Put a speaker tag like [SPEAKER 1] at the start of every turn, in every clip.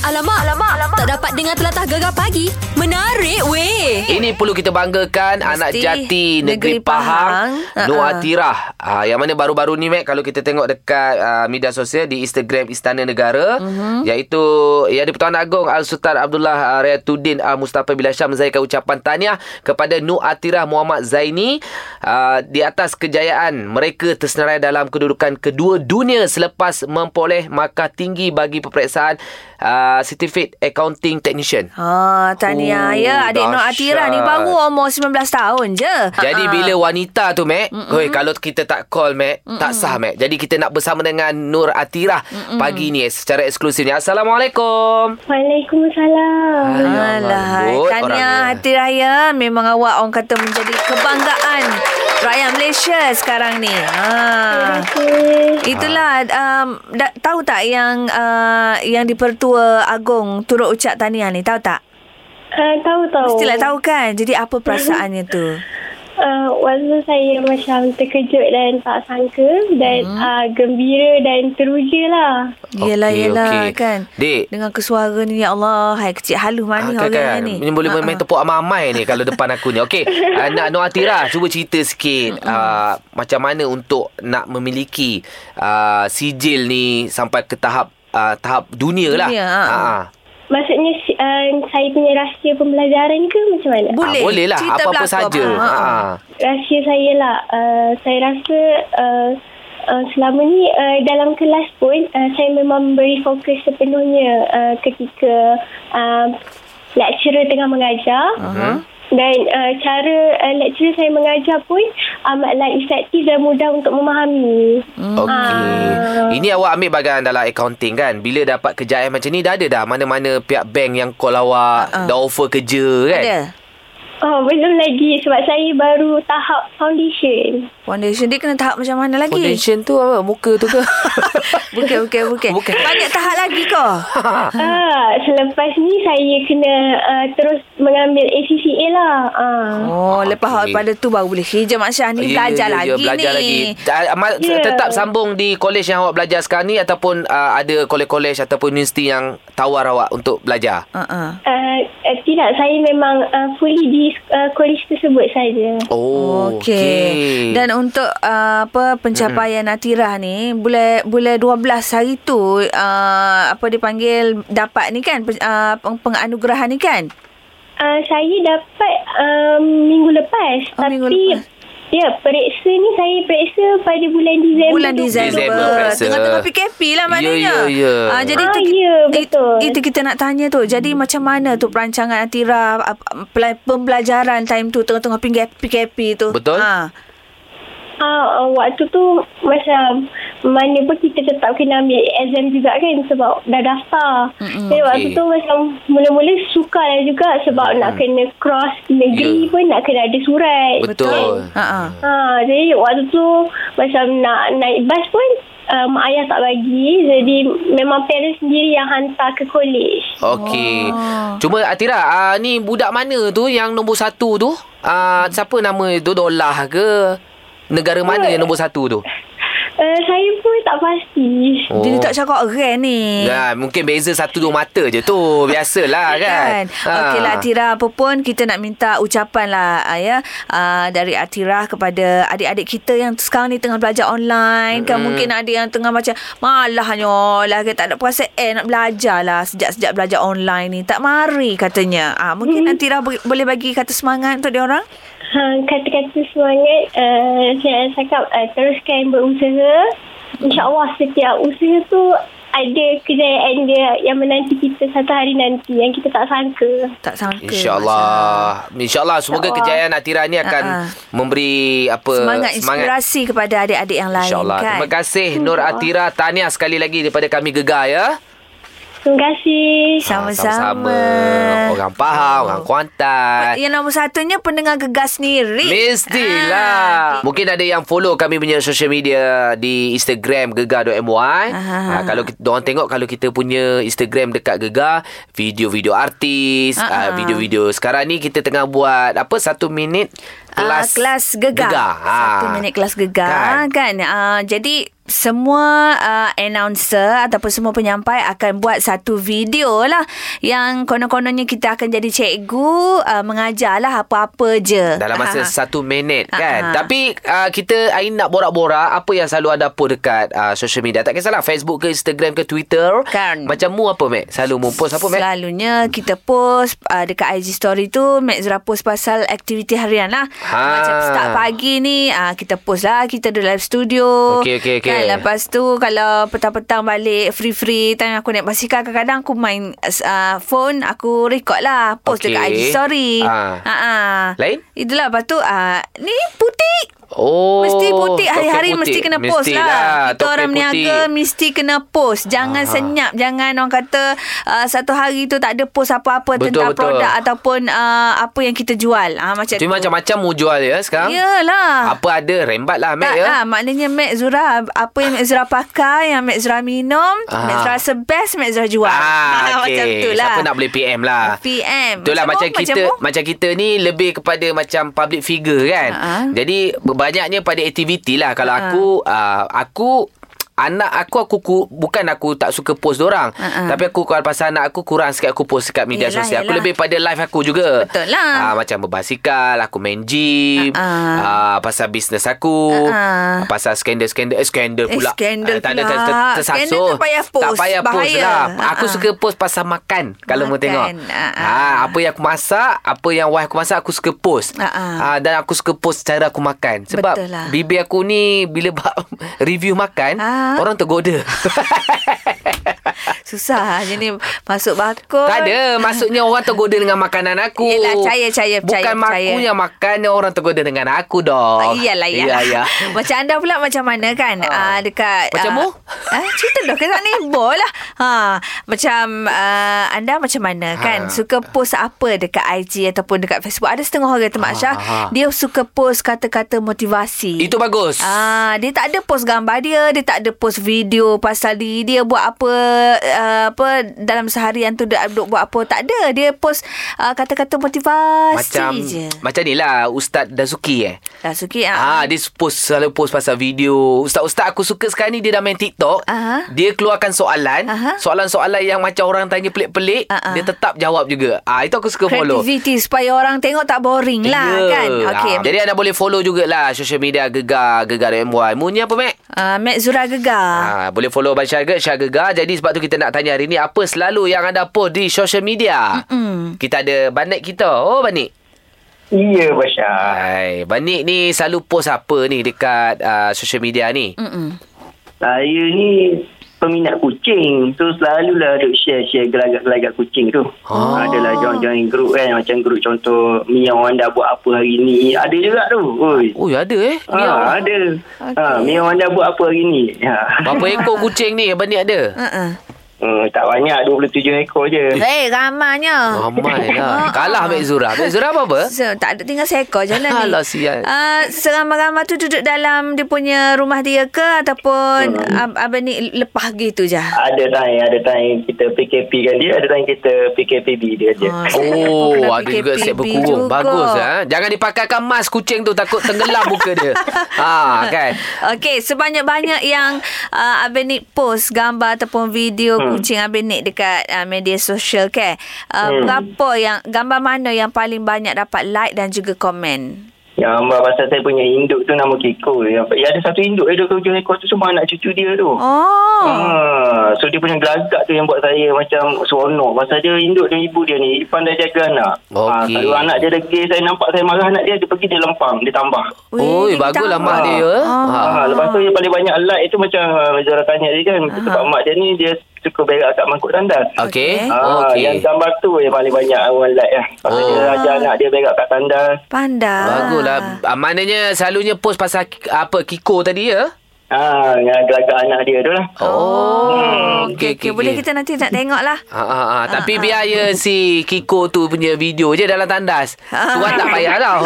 [SPEAKER 1] Alamak, alamak, alamak. Tak dapat dengar telatah gegar pagi. Menarik weh.
[SPEAKER 2] Ini perlu kita banggakan Mesti anak jati negeri, negeri Pahang, Pahang. Noah uh-huh. Tirah. Uh, yang mana baru-baru ni Mac kalau kita tengok dekat uh, media sosial di Instagram Istana Negara uh-huh. iaitu ya di-Pertuan Agong Al-Sultan Abdullah uh, Rayatuddin uh, Mustafa Bilasham menzairkan ucapan tahniah kepada Noah Tirah Muhammad Zaini uh, di atas kejayaan mereka tersenarai dalam kedudukan kedua dunia selepas memperoleh markah tinggi bagi peperiksaan uh, certificate accounting technician.
[SPEAKER 3] Ha, tahniah
[SPEAKER 2] Oh,
[SPEAKER 3] ya adik Nur
[SPEAKER 2] dahsyat.
[SPEAKER 3] Atira ni baru umur 19 tahun je.
[SPEAKER 2] Jadi bila wanita tu Mac Hoi, Kalau kita tak call Mac Tak sah Mac Jadi kita nak bersama dengan Nur Atirah Pagi ni eh, secara eksklusif ni Assalamualaikum
[SPEAKER 4] Waalaikumsalam.
[SPEAKER 3] Ah, Alah,
[SPEAKER 2] lembut
[SPEAKER 3] tahniah
[SPEAKER 2] orangnya.
[SPEAKER 3] hati raya memang awak orang kata menjadi kebanggaan rakyat Malaysia sekarang ni. Ha.
[SPEAKER 4] Okay.
[SPEAKER 3] Itulah um, da, tahu tak yang uh, yang di Pertua Agong turut ucap tahniah ni tahu tak?
[SPEAKER 4] Uh, tahu tahu.
[SPEAKER 3] Mestilah tahu kan. Jadi apa perasaannya tu?
[SPEAKER 4] Uh, waktu saya macam terkejut dan tak sangka dan hmm. uh, gembira dan teruja lah.
[SPEAKER 3] Yelah
[SPEAKER 2] Okey,
[SPEAKER 3] yelah
[SPEAKER 2] okey.
[SPEAKER 3] kan.
[SPEAKER 2] Dek.
[SPEAKER 3] Dengan kesuara ni ya Allah, hai kecil halus
[SPEAKER 2] Eh. Ah,
[SPEAKER 3] manis
[SPEAKER 2] kan, kan.
[SPEAKER 3] ni. Ah,
[SPEAKER 2] Ni boleh main tepuk amai-amai ni Kalau depan aku ni Okey uh, Nak Nur Atira Cuba cerita sikit uh, Macam mana untuk Nak memiliki uh, Sijil ni Sampai ke tahap uh, Tahap dunia lah
[SPEAKER 3] Dunia, ah.
[SPEAKER 2] Ah, ah.
[SPEAKER 4] Maksudnya si- uh, saya punya rahsia pembelajaran ke macam mana?
[SPEAKER 3] Bu- Boleh.
[SPEAKER 2] Ah, boleh lah
[SPEAKER 3] Cerita
[SPEAKER 2] Apa-apa
[SPEAKER 3] belakang.
[SPEAKER 2] saja
[SPEAKER 3] Ah, ah.
[SPEAKER 2] Ah, ah.
[SPEAKER 4] rahsia saya lah. Uh, saya rasa uh, uh, selama ni uh, dalam kelas pun uh, saya memang beri fokus sepenuhnya uh, ketika uh, lecturer tengah mengajar. Uh-huh. Dan uh, cara uh, lecturer saya mengajar pun eh, amatlah efektif dan mudah untuk memahami.
[SPEAKER 2] Hmm.
[SPEAKER 3] Hmm.
[SPEAKER 2] Okey.
[SPEAKER 3] Ah.
[SPEAKER 2] Ini awak ambil bahagian dalam accounting kan. Bila dapat kejayaan macam ni dah ada dah mana-mana pihak bank yang call awak
[SPEAKER 3] Ah, ah.
[SPEAKER 2] dah offer kerja kan.
[SPEAKER 3] Ada.
[SPEAKER 4] Oh, belum lagi sebab saya baru tahap foundation.
[SPEAKER 3] Foundation dia kena tahap macam mana lagi?
[SPEAKER 2] Foundation tu apa? Muka tu ke?
[SPEAKER 3] Bukan, bukan, bukan.
[SPEAKER 2] Bukan.
[SPEAKER 3] Banyak tahap lagi kau.
[SPEAKER 4] Ah, selepas ni saya kena uh, terus mengambil ACCA lah. Ah.
[SPEAKER 3] Oh,
[SPEAKER 2] Ah,
[SPEAKER 3] lepas
[SPEAKER 2] okey.
[SPEAKER 3] okay. pada tu baru boleh hijab Mak Syah ni
[SPEAKER 2] Ya,
[SPEAKER 3] belajar
[SPEAKER 2] ya,
[SPEAKER 3] lagi
[SPEAKER 2] ya, belajar
[SPEAKER 3] ni.
[SPEAKER 2] lagi. Ta- ma-
[SPEAKER 4] Ya.
[SPEAKER 2] Tetap sambung di college yang awak belajar sekarang ni ataupun uh, ada kolej-kolej ataupun universiti yang tawar awak untuk belajar.
[SPEAKER 3] Uh-uh.
[SPEAKER 4] Uh, uh, tidak, saya memang uh, fully di uh, kolej tersebut saja.
[SPEAKER 2] Oh,
[SPEAKER 3] Okey. Dan untuk uh, apa pencapaian mm-hmm. Atira ni bulan bulan 12 hari tu uh, apa dipanggil dapat ni kan pen- uh, peng- penganugerahan ni kan?
[SPEAKER 4] Uh, saya dapat um, minggu lepas.
[SPEAKER 3] Oh,
[SPEAKER 4] tapi,
[SPEAKER 3] minggu lepas.
[SPEAKER 4] Ya, periksa ni saya periksa pada bulan Disember.
[SPEAKER 3] Bulan Disember.
[SPEAKER 2] Disember, biasa.
[SPEAKER 3] Tengah-tengah PKP lah
[SPEAKER 2] Ya,
[SPEAKER 3] maknanya.
[SPEAKER 2] ya, ya.
[SPEAKER 3] Ah, jadi itu,
[SPEAKER 4] Ah, ya, betul.
[SPEAKER 3] Itu, itu kita nak tanya tu.
[SPEAKER 2] Hmm.
[SPEAKER 3] Jadi macam mana tu perancangan Atira ap- pela- pembelajaran time tu tengah-tengah PKP, PKP tu?
[SPEAKER 2] Betul.
[SPEAKER 3] Ha.
[SPEAKER 4] Ah, uh, waktu tu macam mana pun kita tetap kena ambil exam juga kan sebab dah daftar. Mm-hmm. Jadi waktu
[SPEAKER 2] Okey.
[SPEAKER 4] tu macam mula-mula sukar juga sebab mm-hmm. nak kena cross negeri
[SPEAKER 2] Ya.
[SPEAKER 4] yeah. pun nak kena ada surat.
[SPEAKER 2] Betul.
[SPEAKER 3] Ha. ha.
[SPEAKER 4] Ha, jadi waktu tu macam nak naik bas pun uh, mak ayah tak bagi. Jadi memang parents sendiri yang hantar ke kolej.
[SPEAKER 2] Okey.
[SPEAKER 3] Oh.
[SPEAKER 2] Cuma Atira, uh, ni budak mana tu yang nombor satu tu? Uh, siapa nama tu? Dolah ke? Negara mana yang nombor satu tu?
[SPEAKER 4] Uh, saya pun tak pasti.
[SPEAKER 3] Oh. Dia tak cakap orang ni.
[SPEAKER 2] Ya, mungkin beza satu dua mata je tu. Biasalah kan.
[SPEAKER 3] Ha. Okeylah Atira apa pun kita nak minta ucapan lah ah, ya ah, dari Atira kepada adik-adik kita yang sekarang ni tengah belajar online mm-hmm. kan mungkin ada yang tengah macam malahnya lah kan tak ada perasaan nak belajar lah sejak-sejak belajar online ni tak mari katanya. Ah mungkin mm-hmm. Atira bo- boleh bagi kata semangat untuk dia orang.
[SPEAKER 4] Ha, kata-kata semangat uh, saya cakap uh, teruskan berusaha. InsyaAllah setiap usaha tu ada kejayaan dia yang menanti kita satu hari nanti yang kita tak sangka.
[SPEAKER 3] Tak sangka.
[SPEAKER 2] InsyaAllah InsyaAllah Semoga
[SPEAKER 4] InsyaAllah.
[SPEAKER 2] kejayaan Atira ni akan
[SPEAKER 3] Ya Ah, ah.
[SPEAKER 2] Memberi apa
[SPEAKER 3] Masa. Semangat inspirasi kepada adik-adik yang lain
[SPEAKER 2] InsyaAllah
[SPEAKER 3] kan.
[SPEAKER 2] Terima kasih Nur Atira Tahniah sekali lagi Daripada kami gegar ya
[SPEAKER 4] Terima kasih.
[SPEAKER 3] Sama-sama.
[SPEAKER 2] Sama-sama. Orang Pahang
[SPEAKER 3] Oh.
[SPEAKER 2] Orang Kuantan
[SPEAKER 3] Yang nombor satunya pendengar gegar sendiri.
[SPEAKER 2] Mestilah.
[SPEAKER 3] Ah,
[SPEAKER 2] lah. Mungkin ada yang follow kami punya social media di Instagram gegar.my.
[SPEAKER 3] Ah.
[SPEAKER 2] Ha, kalau kita orang tengok kalau kita punya Instagram dekat gegar, video-video artis,
[SPEAKER 3] Ah, ah.
[SPEAKER 2] ha, video-video sekarang ni kita tengah buat apa satu minit
[SPEAKER 3] kelas,
[SPEAKER 2] Kelas
[SPEAKER 3] uh, kelas gegar.
[SPEAKER 2] gegar.
[SPEAKER 3] Satu
[SPEAKER 2] Ah.
[SPEAKER 3] minit kelas gegar kan. kan? Uh, jadi semua uh, announcer ataupun semua penyampai akan buat satu video lah yang konon-kononnya kita akan jadi cikgu uh, mengajar lah apa-apa je.
[SPEAKER 2] Dalam masa
[SPEAKER 3] Ah.
[SPEAKER 2] satu minit
[SPEAKER 3] Ah,
[SPEAKER 2] kan
[SPEAKER 3] ah.
[SPEAKER 2] Tapi uh, kita hari nak borak-borak Apa yang selalu anda post dekat uh, social media Tak kisahlah Facebook ke Instagram ke Twitter
[SPEAKER 3] Kan.
[SPEAKER 2] Macam mu apa Mac? Selalu mu post apa Mac?
[SPEAKER 3] Selalunya kita post uh, dekat IG story tu Mek Zura post pasal aktiviti harian lah.
[SPEAKER 2] Ha.
[SPEAKER 3] Ha. Macam start pagi ni uh, kita post lah kita ada live studio.
[SPEAKER 2] Okey, okey, okey.
[SPEAKER 3] Kan, lepas tu kalau petang-petang balik free-free time aku naik basikal kadang-kadang aku main uh, phone aku record lah post
[SPEAKER 2] Okey.
[SPEAKER 3] dekat IG story.
[SPEAKER 2] Ah.
[SPEAKER 3] Ha. ah.
[SPEAKER 2] Lain?
[SPEAKER 3] Itulah lepas tu uh, ni putih.
[SPEAKER 2] Oh
[SPEAKER 3] mesti putih
[SPEAKER 2] topeng
[SPEAKER 3] hari-hari
[SPEAKER 2] putih.
[SPEAKER 3] mesti kena post
[SPEAKER 2] Mestilah,
[SPEAKER 3] lah. Kita
[SPEAKER 2] topeng
[SPEAKER 3] orang berniaga
[SPEAKER 2] putih.
[SPEAKER 3] mesti kena post. Jangan
[SPEAKER 2] Aha.
[SPEAKER 3] senyap, jangan orang kata uh, satu hari tu tak ada post apa-apa
[SPEAKER 2] Betul,
[SPEAKER 3] tentang
[SPEAKER 2] betul.
[SPEAKER 3] produk ataupun uh, apa yang kita jual. Ah macam
[SPEAKER 2] Tapi macam-macam mu jual ya sekarang
[SPEAKER 3] Yalah.
[SPEAKER 2] Apa ada rembat lah Mac
[SPEAKER 3] tak
[SPEAKER 2] ya
[SPEAKER 3] lah, maknanya Mek Zura Apa yang Mek Zura pakai Yang Mek Zura minum
[SPEAKER 2] Ah.
[SPEAKER 3] Mek Zura sebest Mek Zura jual
[SPEAKER 2] Ah,
[SPEAKER 3] Macam
[SPEAKER 2] okey.
[SPEAKER 3] tu lah
[SPEAKER 2] Siapa nak boleh PM lah.
[SPEAKER 3] PM.
[SPEAKER 2] Betul lah macam,
[SPEAKER 3] Macam mu,
[SPEAKER 2] macam kita
[SPEAKER 3] macam
[SPEAKER 2] macam,
[SPEAKER 3] mu?
[SPEAKER 2] kita ni lebih kepada macam public figure kan.
[SPEAKER 3] Ha.
[SPEAKER 2] Jadi banyaknya pada aktiviti lah. Kalau aku uh, aku anak aku aku ku, bukan aku tak suka post orang
[SPEAKER 3] Ha, ha.
[SPEAKER 2] tapi aku kalau pasal anak aku kurang sikit aku post dekat media
[SPEAKER 3] Yelah,
[SPEAKER 2] sosial aku
[SPEAKER 3] yelah.
[SPEAKER 2] lebih pada live aku juga
[SPEAKER 3] Betul lah.
[SPEAKER 2] Ah, macam berbasikal aku main gym
[SPEAKER 3] Ha, ha.
[SPEAKER 2] ah, pasal bisnes aku
[SPEAKER 3] Ha, ha.
[SPEAKER 2] pasal skandal-skandal eh, skandal
[SPEAKER 3] Eh,
[SPEAKER 2] pula
[SPEAKER 3] skandal
[SPEAKER 2] Ah, tak ada
[SPEAKER 3] pula.
[SPEAKER 2] ter- ter- tersasut
[SPEAKER 3] Skandal tak payah post.
[SPEAKER 2] tak payah post
[SPEAKER 3] Bahaya.
[SPEAKER 2] lah
[SPEAKER 3] Ha,
[SPEAKER 2] aku
[SPEAKER 3] ha.
[SPEAKER 2] suka post pasal makan kalau mau
[SPEAKER 3] Makan.
[SPEAKER 2] tengok
[SPEAKER 3] Ha, ha.
[SPEAKER 2] ha apa yang aku masak apa yang wife aku masak aku suka post
[SPEAKER 3] Ha, ha.
[SPEAKER 2] ha, dan aku suka post cara aku makan sebab
[SPEAKER 3] Betul lah.
[SPEAKER 2] bibir aku ni bila bab review makan
[SPEAKER 3] Ha.
[SPEAKER 2] orang tergoda
[SPEAKER 3] Susah je ni Masuk bakul
[SPEAKER 2] tak ada maksudnya orang tergoda dengan makanan aku
[SPEAKER 3] Yelah, percaya, percaya,
[SPEAKER 2] bukan
[SPEAKER 3] percaya, percaya.
[SPEAKER 2] aku yang makan yang orang tergoda dengan aku
[SPEAKER 3] Oh,
[SPEAKER 2] dong
[SPEAKER 3] iyalah ya.
[SPEAKER 2] ya ya
[SPEAKER 3] macam anda pula macam mana kan?
[SPEAKER 2] Ah.
[SPEAKER 3] Ah uh, dekat
[SPEAKER 2] Macam mu?
[SPEAKER 3] Ah cerita dah kisah ni bola. Ha macam uh, anda macam mana
[SPEAKER 2] Ha.
[SPEAKER 3] kan? Suka post apa dekat IG ataupun dekat Facebook? Ada setengah orang kata Mak
[SPEAKER 2] Ah,
[SPEAKER 3] Syah,
[SPEAKER 2] ah.
[SPEAKER 3] dia suka post kata-kata motivasi.
[SPEAKER 2] itu bagus
[SPEAKER 3] Ah, dia tak ada post gambar dia, dia tak ada post video pasal diri dia buat apa uh, apa dalam seharian tu dia duk buat apa, tak ada. Dia post uh, kata-kata motivasi
[SPEAKER 2] macam
[SPEAKER 3] je.
[SPEAKER 2] macam ni lah Ustaz Dazuki eh
[SPEAKER 3] Rasuki
[SPEAKER 2] Ah, dia post selalu post pasal video. Ustaz-ustaz aku suka sekarang ni dia dah main TikTok.
[SPEAKER 3] Aha.
[SPEAKER 2] Dia keluarkan soalan,
[SPEAKER 3] Aha. Ah,
[SPEAKER 2] soalan-soalan yang macam orang tanya pelik-pelik,
[SPEAKER 3] Aha.
[SPEAKER 2] dia tetap jawab juga. Ah, itu aku suka follow.
[SPEAKER 3] Kreativiti supaya orang tengok tak boring lah
[SPEAKER 2] Ya.
[SPEAKER 3] kan. Okey.
[SPEAKER 2] Ah, jadi anda boleh follow jugalah social media Gegar, Gegar MY. Munya apa, Mac?
[SPEAKER 3] Uh, Mek Zura Gegar.
[SPEAKER 2] Ah, boleh follow Abang Syah Syah Gegar. Jadi sebab tu kita nak tanya hari ni apa selalu yang anda post di social media?
[SPEAKER 3] Mm-mm.
[SPEAKER 2] Kita ada Banik kita. Oh, Banik.
[SPEAKER 5] Iya, Basya.
[SPEAKER 2] Hai, Banik ni selalu post apa ni dekat uh, social media ni?
[SPEAKER 3] Mm-mm.
[SPEAKER 5] Saya ni peminat kucing. So, selalulah duk share-share gelagat-gelagat kucing tu.
[SPEAKER 2] Oh.
[SPEAKER 5] Adalah join-join grup kan. Macam grup contoh, Miau anda buat apa hari ni. Ada juga tu. Oi.
[SPEAKER 2] Oh, ya ada eh.
[SPEAKER 5] Ha, ada. Ha, Miau anda buat apa hari ni? Ha.
[SPEAKER 2] Berapa ekor kucing ni Abang Nik ada?
[SPEAKER 3] Uh-uh.
[SPEAKER 5] Hmm, tak banyak, 27 ekor je.
[SPEAKER 3] Hey, ramainya.
[SPEAKER 2] Eh. Ramai
[SPEAKER 3] Ah.
[SPEAKER 2] lah. Kalah Mek Zura. Mek Zura apa-apa?
[SPEAKER 3] So, tak ada tinggal seekor je lah ni.
[SPEAKER 2] Alah, sial.
[SPEAKER 3] Uh, seramai-ramai tu duduk dalam dia punya rumah dia ke ataupun
[SPEAKER 2] Hmm.
[SPEAKER 3] ab- abang ni lepah gitu je.
[SPEAKER 5] Ada time, ada time kita PKP kan dia, ada time kita PKPB dia je.
[SPEAKER 3] Ah.
[SPEAKER 2] Oh,
[SPEAKER 3] Kena
[SPEAKER 2] ada juga
[SPEAKER 3] PKPB
[SPEAKER 2] set berkurung.
[SPEAKER 3] juga.
[SPEAKER 2] Bagus ah. Ha? Jangan dipakaikan mas kucing tu takut tenggelam muka dia. Ha, kan.
[SPEAKER 3] Okey, sebanyak-banyak yang uh, Abang Nik post gambar ataupun video hmm.
[SPEAKER 5] Hmm.
[SPEAKER 3] kucing Abang Nik dekat uh, media sosial ke. Uh, hmm.
[SPEAKER 5] Hmm.
[SPEAKER 3] Berapa yang gambar mana yang paling banyak dapat like dan juga komen?
[SPEAKER 5] Yang gambar Ya, pasal saya punya induk tu nama Kiko. Yang, yang ada satu induk eh, dia 27 ekor tu semua anak cucu dia tu.
[SPEAKER 3] Oh.
[SPEAKER 5] Ah, so dia punya gelagak tu yang buat saya macam seronok. Pasal dia induk dengan ibu dia ni, dia pandai jaga anak. Ah,
[SPEAKER 2] Okey.
[SPEAKER 5] kalau anak dia degil, saya nampak saya marah anak dia, dia pergi dia lempang, dia tambah.
[SPEAKER 2] Oi,
[SPEAKER 3] dia
[SPEAKER 2] baguslah
[SPEAKER 3] tak-
[SPEAKER 2] mak dia. ya.
[SPEAKER 3] Oh,
[SPEAKER 2] Ha.
[SPEAKER 5] Ah. lepas tu yang paling banyak like itu macam ah, Zara tanya dia kan. Sebab mak dia ni dia suka berak kat mangkuk tandas.
[SPEAKER 2] Okey.
[SPEAKER 5] Ah, yang
[SPEAKER 2] Okey.
[SPEAKER 5] gambar tu yang paling banyak orang like lah. Pasal
[SPEAKER 2] Oh.
[SPEAKER 5] dia ajar anak dia berak kat tandas.
[SPEAKER 3] Pandai.
[SPEAKER 2] Baguslah. Ah, Maknanya selalunya post pasal ki- apa Kiko tadi ya?
[SPEAKER 5] Ah, dengan gelagak anak dia tu lah.
[SPEAKER 3] Oh,
[SPEAKER 2] Ah,
[SPEAKER 3] okey,
[SPEAKER 2] okey, okey,
[SPEAKER 3] okey. Boleh
[SPEAKER 2] okey.
[SPEAKER 3] kita nanti nak tengok lah.
[SPEAKER 2] Ha, ha, ha. Tapi
[SPEAKER 3] ah.
[SPEAKER 2] biar ya si Kiko tu punya video je dalam tandas.
[SPEAKER 3] Ah.
[SPEAKER 2] Tuan tak payah tau.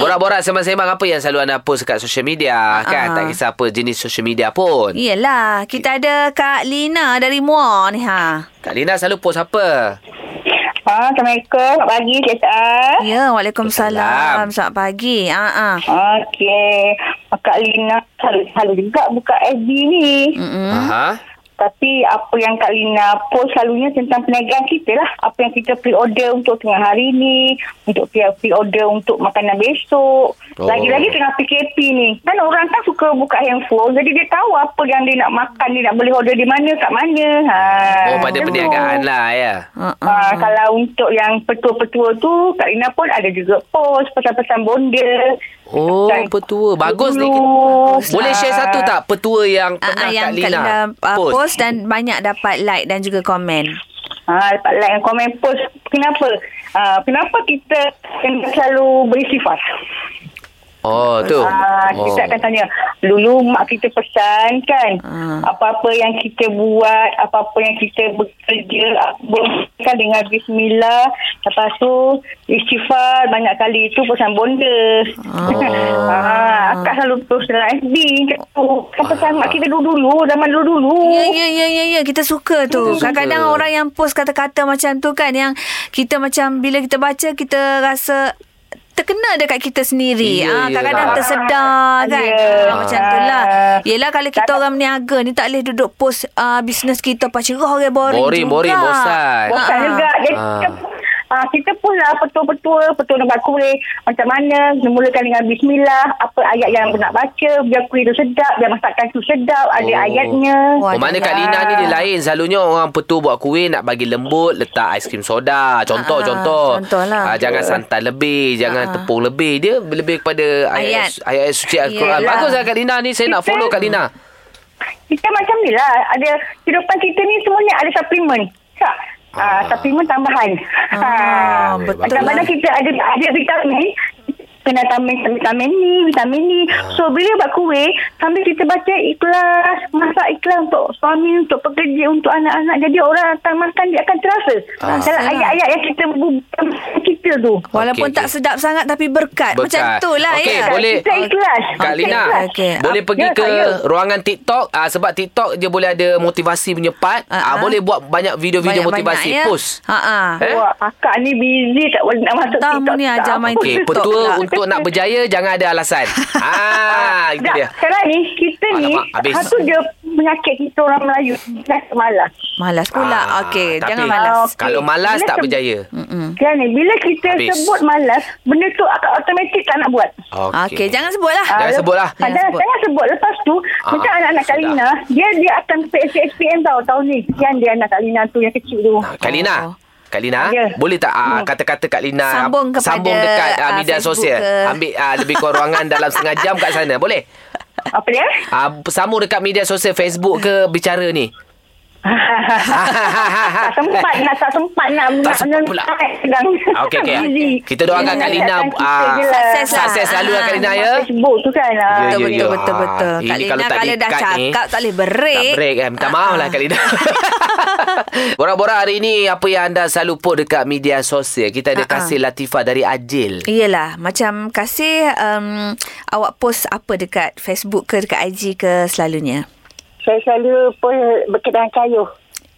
[SPEAKER 2] Borak-borak sembang-sembang apa yang selalu anda post dekat social media
[SPEAKER 3] Ha.
[SPEAKER 2] kan. Tak kisah apa jenis social media pun.
[SPEAKER 3] Yelah, kita ada Kak Lina dari Muar ni ha.
[SPEAKER 2] Kak Lina selalu post apa?
[SPEAKER 6] Ah, Assalamualaikum. Selamat pagi, Cik Saad.
[SPEAKER 3] Ya, Waalaikumsalam.
[SPEAKER 2] Waalaikumsalam.
[SPEAKER 3] Selamat pagi. Ah ah.
[SPEAKER 6] Okey. Kak Lina selalu, selalu juga buka FB ni.
[SPEAKER 2] Hmm? Aha.
[SPEAKER 6] Tapi apa yang Kak Lina post selalunya tentang perniagaan kita lah. Apa yang kita pre-order untuk tengah hari ni. Untuk pre- pre-order untuk makanan besok.
[SPEAKER 2] Oh.
[SPEAKER 6] Lagi-lagi tengah PKP ni. Kan orang kan suka buka handphone. Jadi dia tahu apa yang dia nak makan. Dia nak beli order di mana, kat mana. Ha,
[SPEAKER 2] Oh, pada
[SPEAKER 6] macam tu.
[SPEAKER 2] perniagaan lah ya.
[SPEAKER 3] Ah, ah.
[SPEAKER 6] Uh, kalau untuk yang petua-petua tu Kak Lina pun ada juga post pesan-pesan bonda
[SPEAKER 2] Oh,
[SPEAKER 6] Dan
[SPEAKER 2] petua. Bagus ni.
[SPEAKER 6] dulu.
[SPEAKER 2] Boleh share satu tak petua yang
[SPEAKER 3] Ah,
[SPEAKER 2] pernah
[SPEAKER 3] ah, yang
[SPEAKER 2] Kak Lina,
[SPEAKER 3] ah,
[SPEAKER 2] post?
[SPEAKER 3] post. dan banyak dapat like dan juga komen.
[SPEAKER 6] Ha, dapat like and komen post. Kenapa? Uh, kenapa kita kena selalu beri sifar?
[SPEAKER 2] Oh, tu.
[SPEAKER 6] Ah,
[SPEAKER 2] oh.
[SPEAKER 6] kita akan tanya. Dulu mak kita pesan kan,
[SPEAKER 3] Ah.
[SPEAKER 6] apa-apa yang kita buat, apa-apa yang kita bekerja, bolehkan dengan bismillah. Lepas tu istighfar banyak kali itu pesan bonda.
[SPEAKER 2] Oh.
[SPEAKER 6] Ah, akak selalu post dalam FB. Oh, kan pesan mak kita dulu-dulu, zaman dulu-dulu.
[SPEAKER 3] Ya, ya, ya, ya, ya. Kita suka tu.
[SPEAKER 2] Kita suka.
[SPEAKER 3] Kadang-kadang orang yang post kata-kata macam tu kan. Yang kita macam bila kita baca, kita rasa terkena dekat kita sendiri.
[SPEAKER 2] Ya,
[SPEAKER 3] Ah,
[SPEAKER 2] ya.
[SPEAKER 3] kadang-kadang
[SPEAKER 2] Ah.
[SPEAKER 3] tersedar kan.
[SPEAKER 6] Ya.
[SPEAKER 3] Ah, macam tu lah. Yelah kalau kita orang berniaga ni tak boleh duduk post ah, bisnes kita. Pak cerah orang boring,
[SPEAKER 2] Boring,
[SPEAKER 3] juga.
[SPEAKER 2] boring, bosan.
[SPEAKER 6] Bukan
[SPEAKER 3] Ah, ah.
[SPEAKER 6] juga. Jadi
[SPEAKER 2] Ah.
[SPEAKER 6] kita, ah, kita pun lah petua-petua, petua nak buat kuih. Macam mana, mulakan dengan bismillah. Apa ayat yang nak baca. Biar kuih tu sedap, biar masakan tu sedap. Ada
[SPEAKER 2] Oh.
[SPEAKER 6] ayatnya.
[SPEAKER 3] Wah,
[SPEAKER 2] Oh, mana Kak Lina ni dia lain. Selalunya orang petua buat kuih nak bagi lembut, letak aiskrim soda. Contoh,
[SPEAKER 3] Ah,
[SPEAKER 2] contoh.
[SPEAKER 3] contohlah. Ah,
[SPEAKER 2] Ah, jangan santan lebih, jangan tepung lebih. Dia lebih kepada ayat
[SPEAKER 3] Ayat.
[SPEAKER 2] ayat, ayat suci Al-Quran.
[SPEAKER 3] Yelah.
[SPEAKER 2] Baguslah Kak Lina ni. Saya nak
[SPEAKER 6] Kita-
[SPEAKER 2] follow Kak Lina.
[SPEAKER 6] Kita macam ni lah. Ada, kehidupan kita ni semuanya ada suplemen. Tak? Ah, suplemen tambahan.
[SPEAKER 3] Ah,
[SPEAKER 6] Ah,
[SPEAKER 3] betul
[SPEAKER 6] Kadang-kadang
[SPEAKER 3] lah.
[SPEAKER 6] kita ada ada vitamin kena tambah vitamin ni, vitamin ni.
[SPEAKER 2] Ah.
[SPEAKER 6] So, bila buat kuih, sambil kita baca ikhlas, masak ikhlas untuk suami, untuk pekerja, untuk anak-anak. Jadi, orang datang makan, dia akan terasa.
[SPEAKER 2] Ah.
[SPEAKER 6] Kalau ayat-ayat yang kita bubuhkan kita tu.
[SPEAKER 3] Walaupun
[SPEAKER 2] Okey,
[SPEAKER 3] tak
[SPEAKER 2] okey.
[SPEAKER 3] sedap sangat tapi berkat. Macam
[SPEAKER 2] Berkat.
[SPEAKER 3] tu lah
[SPEAKER 2] Okey,
[SPEAKER 3] ya.
[SPEAKER 2] boleh.
[SPEAKER 6] Kita ikhlas.
[SPEAKER 2] Kak
[SPEAKER 6] Kita
[SPEAKER 2] Lina,
[SPEAKER 6] ikhlas.
[SPEAKER 3] Okey.
[SPEAKER 2] boleh
[SPEAKER 6] Ah,
[SPEAKER 2] pergi
[SPEAKER 6] ya,
[SPEAKER 2] ke
[SPEAKER 6] saya.
[SPEAKER 2] ruangan TikTok ah, sebab TikTok je boleh ada motivasi punya part.
[SPEAKER 3] Ah, ah.
[SPEAKER 2] Ah, boleh buat banyak video-video motivasi post.
[SPEAKER 3] Ha ah.
[SPEAKER 2] Eh?
[SPEAKER 6] Wah, akak ni busy tak boleh nak masuk
[SPEAKER 3] Hantar mu ni
[SPEAKER 6] tak
[SPEAKER 3] ajar
[SPEAKER 6] apa.
[SPEAKER 3] main
[SPEAKER 2] Okey,
[SPEAKER 3] TikTok
[SPEAKER 2] petua
[SPEAKER 3] pula.
[SPEAKER 2] untuk nak berjaya jangan ada alasan. ah, itu
[SPEAKER 6] Sekejap,
[SPEAKER 2] dia.
[SPEAKER 6] Sekarang ni, kita ni,
[SPEAKER 2] Alamak, habis.
[SPEAKER 6] satu dia penyakit kita orang Melayu, penyakit malas.
[SPEAKER 3] Malas pula.
[SPEAKER 2] Ah,
[SPEAKER 3] Okey,
[SPEAKER 2] tapi
[SPEAKER 3] jangan
[SPEAKER 6] Ah,
[SPEAKER 3] malas.
[SPEAKER 6] okey.
[SPEAKER 2] Kalau malas
[SPEAKER 6] Bila
[SPEAKER 2] tak
[SPEAKER 6] se-
[SPEAKER 2] berjaya.
[SPEAKER 6] Sekarang ni, bila kita
[SPEAKER 2] Habis.
[SPEAKER 6] sebut malas, benda tu akan automatik tak nak buat.
[SPEAKER 3] Okey, okay, jangan sebutlah.
[SPEAKER 6] Ah,
[SPEAKER 2] Jangan
[SPEAKER 6] lep-
[SPEAKER 2] sebut lah.
[SPEAKER 6] Ah,
[SPEAKER 3] Jangan
[SPEAKER 6] Jangan,
[SPEAKER 3] sebut.
[SPEAKER 6] jangan sebut. Lepas tu,
[SPEAKER 2] Ah,
[SPEAKER 6] macam anak-anak
[SPEAKER 2] sudah.
[SPEAKER 6] Kalina, dia dia akan PSPM tau tahun ni. Kesian dia anak Kalina tu yang kecil tu.
[SPEAKER 2] Ah, Kak Lina.
[SPEAKER 3] Oh.
[SPEAKER 2] Kak Lina,
[SPEAKER 6] Ya.
[SPEAKER 2] boleh tak ah, kata-kata Kak Lina
[SPEAKER 3] Sambung kepada,
[SPEAKER 2] sambung dekat ah,
[SPEAKER 3] ah,
[SPEAKER 2] media
[SPEAKER 3] Facebook
[SPEAKER 2] sosial.
[SPEAKER 3] ke?
[SPEAKER 2] Ambil ah, lebih kurang ruangan dalam setengah jam kat sana. Boleh?
[SPEAKER 6] Apa dia?
[SPEAKER 2] Ah, sambung dekat media sosial Facebook ke bicara ni.
[SPEAKER 6] tak sempat nak, tak sempat nak.
[SPEAKER 2] Ha. Tak sempat
[SPEAKER 6] nak-
[SPEAKER 2] pula.
[SPEAKER 6] nak- Sedang
[SPEAKER 2] Ah, Okey okey.
[SPEAKER 6] busy.
[SPEAKER 2] Kita doakan
[SPEAKER 6] Ini
[SPEAKER 2] Kak Lina
[SPEAKER 6] kesihatan kita
[SPEAKER 2] ah,
[SPEAKER 6] je lah.
[SPEAKER 2] sukses lah. Sukses selalu lah Kak Lina ya.
[SPEAKER 6] Facebook tu kan. ah.
[SPEAKER 2] Ya,
[SPEAKER 3] Betul,
[SPEAKER 2] ya, ya.
[SPEAKER 3] betul, betul,
[SPEAKER 2] Ah,
[SPEAKER 3] betul. Kak
[SPEAKER 2] ini
[SPEAKER 3] Lina
[SPEAKER 2] kalau
[SPEAKER 3] kalau,
[SPEAKER 2] tak
[SPEAKER 3] dah
[SPEAKER 2] di-cut ni,
[SPEAKER 3] cakap, tak boleh break.
[SPEAKER 2] Tak break kan Minta
[SPEAKER 3] Ah,
[SPEAKER 2] maaf
[SPEAKER 3] ah.
[SPEAKER 2] lah Kak Lina Borak-borak hari ni Apa yang anda selalu post Dekat media sosial Kita ada
[SPEAKER 3] Ah, ah.
[SPEAKER 2] kasih Latifah Dari Ajil
[SPEAKER 3] Yelah, macam kasih um, awak post apa dekat Facebook ke dekat IG ke selalunya?
[SPEAKER 6] Saya selalu pun berkedang kayu.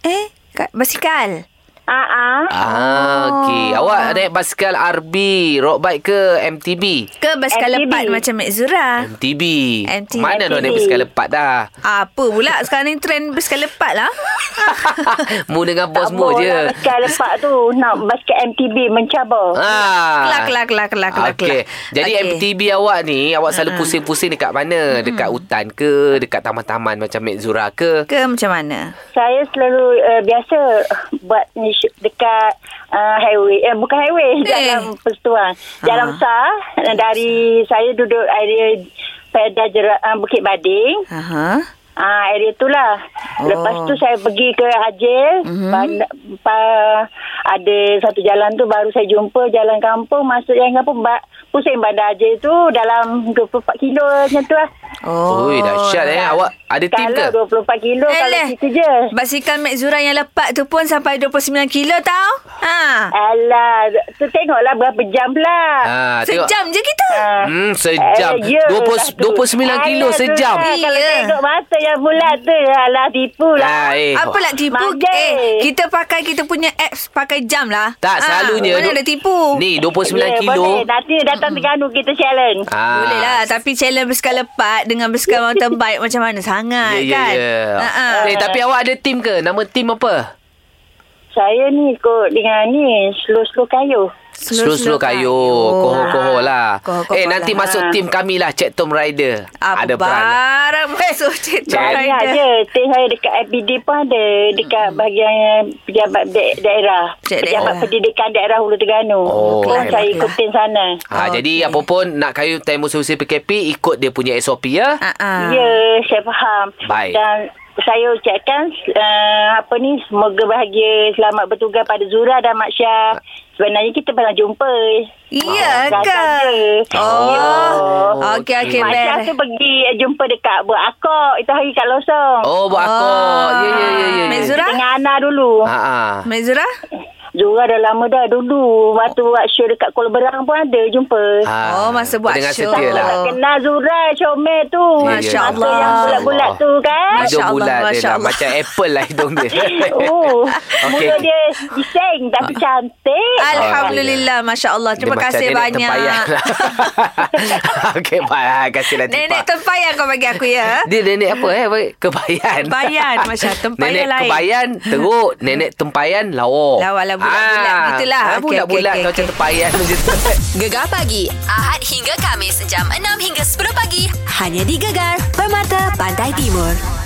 [SPEAKER 3] Eh, kat basikal.
[SPEAKER 6] Ah ah.
[SPEAKER 2] Ah, okey.
[SPEAKER 6] Oh.
[SPEAKER 2] Awak naik basikal RB, road bike ke MTB?
[SPEAKER 3] Ke basikal
[SPEAKER 6] MTB.
[SPEAKER 3] lepat macam Mek Zura?
[SPEAKER 2] MTB.
[SPEAKER 3] MTB.
[SPEAKER 2] Mana nak naik basikal lepat dah?
[SPEAKER 3] Apa pula sekarang ni trend basikal lepat lah.
[SPEAKER 2] Mu dengan
[SPEAKER 6] Tak
[SPEAKER 2] bos mu
[SPEAKER 6] boleh
[SPEAKER 2] Ah, je.
[SPEAKER 6] lah Basikal lepak tu Nak basikal MTB mencabar
[SPEAKER 2] Ah.
[SPEAKER 3] Kelak, kelak, kelak, kelak, kelak,
[SPEAKER 2] Okey.
[SPEAKER 3] kelak.
[SPEAKER 2] Jadi
[SPEAKER 3] Okey.
[SPEAKER 2] okay. MTB awak ni, awak selalu pusing-pusing dekat mana? Dekat hutan ke? Dekat taman-taman macam Mek Zura ke?
[SPEAKER 3] Ke macam mana?
[SPEAKER 6] Saya selalu uh, Biasa Buat ni sh- Dekat uh, Highway eh, Bukan highway
[SPEAKER 3] Eh.
[SPEAKER 6] Jalan Pertuan Jalan
[SPEAKER 3] Ah.
[SPEAKER 6] besar eh, Dari Saya duduk area Pada jera, uh, Bukit Bading
[SPEAKER 3] Aha.
[SPEAKER 6] Ah, area tu lah.
[SPEAKER 3] Oh.
[SPEAKER 6] Oh. Lepas tu saya pergi ke Ajil.
[SPEAKER 3] Mhm.
[SPEAKER 6] Mm-hmm. Pa, ada satu jalan tu baru saya jumpa jalan kampung. Masuk jalan kampung ba, pusing bandar Ajil tu dalam 24 kilo macam tu lah.
[SPEAKER 2] Oh, Ui, dahsyat eh. Awak ada tim ke?
[SPEAKER 6] Kalau 24 kilo kalau
[SPEAKER 3] Eleh.
[SPEAKER 6] situ je.
[SPEAKER 3] Basikal Mek Zura yang lepak tu pun sampai 29 kilo tau. Ha.
[SPEAKER 6] Alah, tu tengoklah berapa jam lah.
[SPEAKER 2] Ah, tengok.
[SPEAKER 3] Sejam je kita.
[SPEAKER 6] Ah.
[SPEAKER 2] Hmm, sejam.
[SPEAKER 6] Eh, yelah
[SPEAKER 2] 20,
[SPEAKER 6] tu.
[SPEAKER 2] 29 kilo
[SPEAKER 6] Alah, tu
[SPEAKER 2] sejam. Ya.
[SPEAKER 6] lah, Kalau
[SPEAKER 3] Iya.
[SPEAKER 6] tengok mata yang bulat tu, alah tipu lah.
[SPEAKER 2] Ah, eh.
[SPEAKER 3] Apa lah tipu
[SPEAKER 6] Mandai.
[SPEAKER 3] Eh kita pakai Kita punya apps Pakai pakai jam lah. Ah,
[SPEAKER 2] Tak, selalunya
[SPEAKER 3] Mana
[SPEAKER 2] du-
[SPEAKER 3] ada tipu.
[SPEAKER 2] Ni 29 kilo.
[SPEAKER 6] Ya, Boleh. Nanti datang Terengganu kita challenge.
[SPEAKER 2] Ah.
[SPEAKER 3] Boleh lah Tapi challenge berskala part Dengan berskala mountain bike Macam mana sangat
[SPEAKER 2] Ya, ya,
[SPEAKER 3] kan
[SPEAKER 2] ya.
[SPEAKER 3] Ha-ha.
[SPEAKER 2] Eh, tapi awak ada tim ke? Nama tim apa?
[SPEAKER 6] Saya ni ikut dengan ni slow-slow kayu.
[SPEAKER 2] Slow-slow
[SPEAKER 3] kan?
[SPEAKER 2] kayu. Koho-koho lah.
[SPEAKER 3] Koho-koho
[SPEAKER 2] eh, nanti
[SPEAKER 3] lah.
[SPEAKER 2] masuk tim kami lah. Cek Tom Rider.
[SPEAKER 3] Apa
[SPEAKER 2] ada peran. lah.
[SPEAKER 3] barang Masuk cik
[SPEAKER 2] Cik.
[SPEAKER 6] Banyak je. Tim saya dekat FBD pun ada dekat bahagian pejabat da- daerah.
[SPEAKER 3] Cik
[SPEAKER 6] pejabat
[SPEAKER 3] daerah.
[SPEAKER 6] pendidikan daerah Hulu Terengganu.
[SPEAKER 2] Oh,
[SPEAKER 6] Pun
[SPEAKER 2] okey.
[SPEAKER 6] saya ikut tim sana.
[SPEAKER 3] Okey.
[SPEAKER 2] Ha, Jadi apa pun nak kayu time musuh usia PKP ikut dia punya SOP ya.
[SPEAKER 3] Ha-ha.
[SPEAKER 6] Ya, saya faham.
[SPEAKER 2] Baik.
[SPEAKER 6] Dan saya ucapkan uh, apa ni semoga bahagia selamat bertugas pada Zura dan Mak Syah. Sebenarnya kita pernah jumpa. Ah,
[SPEAKER 3] Iya
[SPEAKER 6] Datang
[SPEAKER 3] ke
[SPEAKER 6] je. Ya.
[SPEAKER 3] Oh Okey okey
[SPEAKER 6] Mak Syah
[SPEAKER 3] Bel
[SPEAKER 6] tu pergi eh, jumpa dekat Buat Akok itu hari kat Losong.
[SPEAKER 2] Oh, buat aku. Ya, ya, ya, ya.
[SPEAKER 3] Mek
[SPEAKER 2] ya.
[SPEAKER 3] Zura?
[SPEAKER 6] Dengan Ana dulu.
[SPEAKER 2] Ha, ha.
[SPEAKER 3] Mek Zura
[SPEAKER 6] Zura dah lama dah dulu. Waktu buat show dekat Kuala Berang pun ada jumpa.
[SPEAKER 2] Ha.
[SPEAKER 3] Oh, masa buat
[SPEAKER 2] Pendengar
[SPEAKER 3] show.
[SPEAKER 2] setia lah.
[SPEAKER 3] Oh.
[SPEAKER 6] Kenal Zura Comel tu.
[SPEAKER 2] Ya, ya,
[SPEAKER 3] Masya
[SPEAKER 2] ya.
[SPEAKER 3] Allah.
[SPEAKER 6] Yang bulat-bulat tu kan.
[SPEAKER 3] Masya
[SPEAKER 2] Hidung
[SPEAKER 3] Allah,
[SPEAKER 2] bulat dia
[SPEAKER 3] Masya
[SPEAKER 2] lah.
[SPEAKER 3] Allah.
[SPEAKER 2] Macam apple lah hidung dia.
[SPEAKER 6] Oh,
[SPEAKER 2] Okey. Ha.
[SPEAKER 6] muka dia bising tapi cantik.
[SPEAKER 3] Alhamdulillah Masya Allah Terima
[SPEAKER 2] Dia macam
[SPEAKER 3] kasih
[SPEAKER 2] nenek lah.
[SPEAKER 3] banyak
[SPEAKER 2] tempayan lah. Okey, baik. Terima kasih lah Tipah.
[SPEAKER 3] Nenek tempayan kau bagi aku ya
[SPEAKER 2] Dia nenek apa eh? Apa? Kebayan.
[SPEAKER 3] Tempayan Masya Tempayan
[SPEAKER 2] Nenek
[SPEAKER 3] lain
[SPEAKER 2] kebayan teruk Nenek tempayan lawa
[SPEAKER 3] Lawa lah, bulat-bulat gitulah.
[SPEAKER 2] ha,
[SPEAKER 3] Okey,
[SPEAKER 2] Bulat-bulat
[SPEAKER 3] okey,
[SPEAKER 2] okay, okay,
[SPEAKER 3] okey,
[SPEAKER 2] macam
[SPEAKER 3] okey.
[SPEAKER 2] tempayan macam tu
[SPEAKER 7] Gegar pagi Ahad hingga Kamis jam 6 hingga 10 pagi hanya di Gegar Permata Pantai Timur.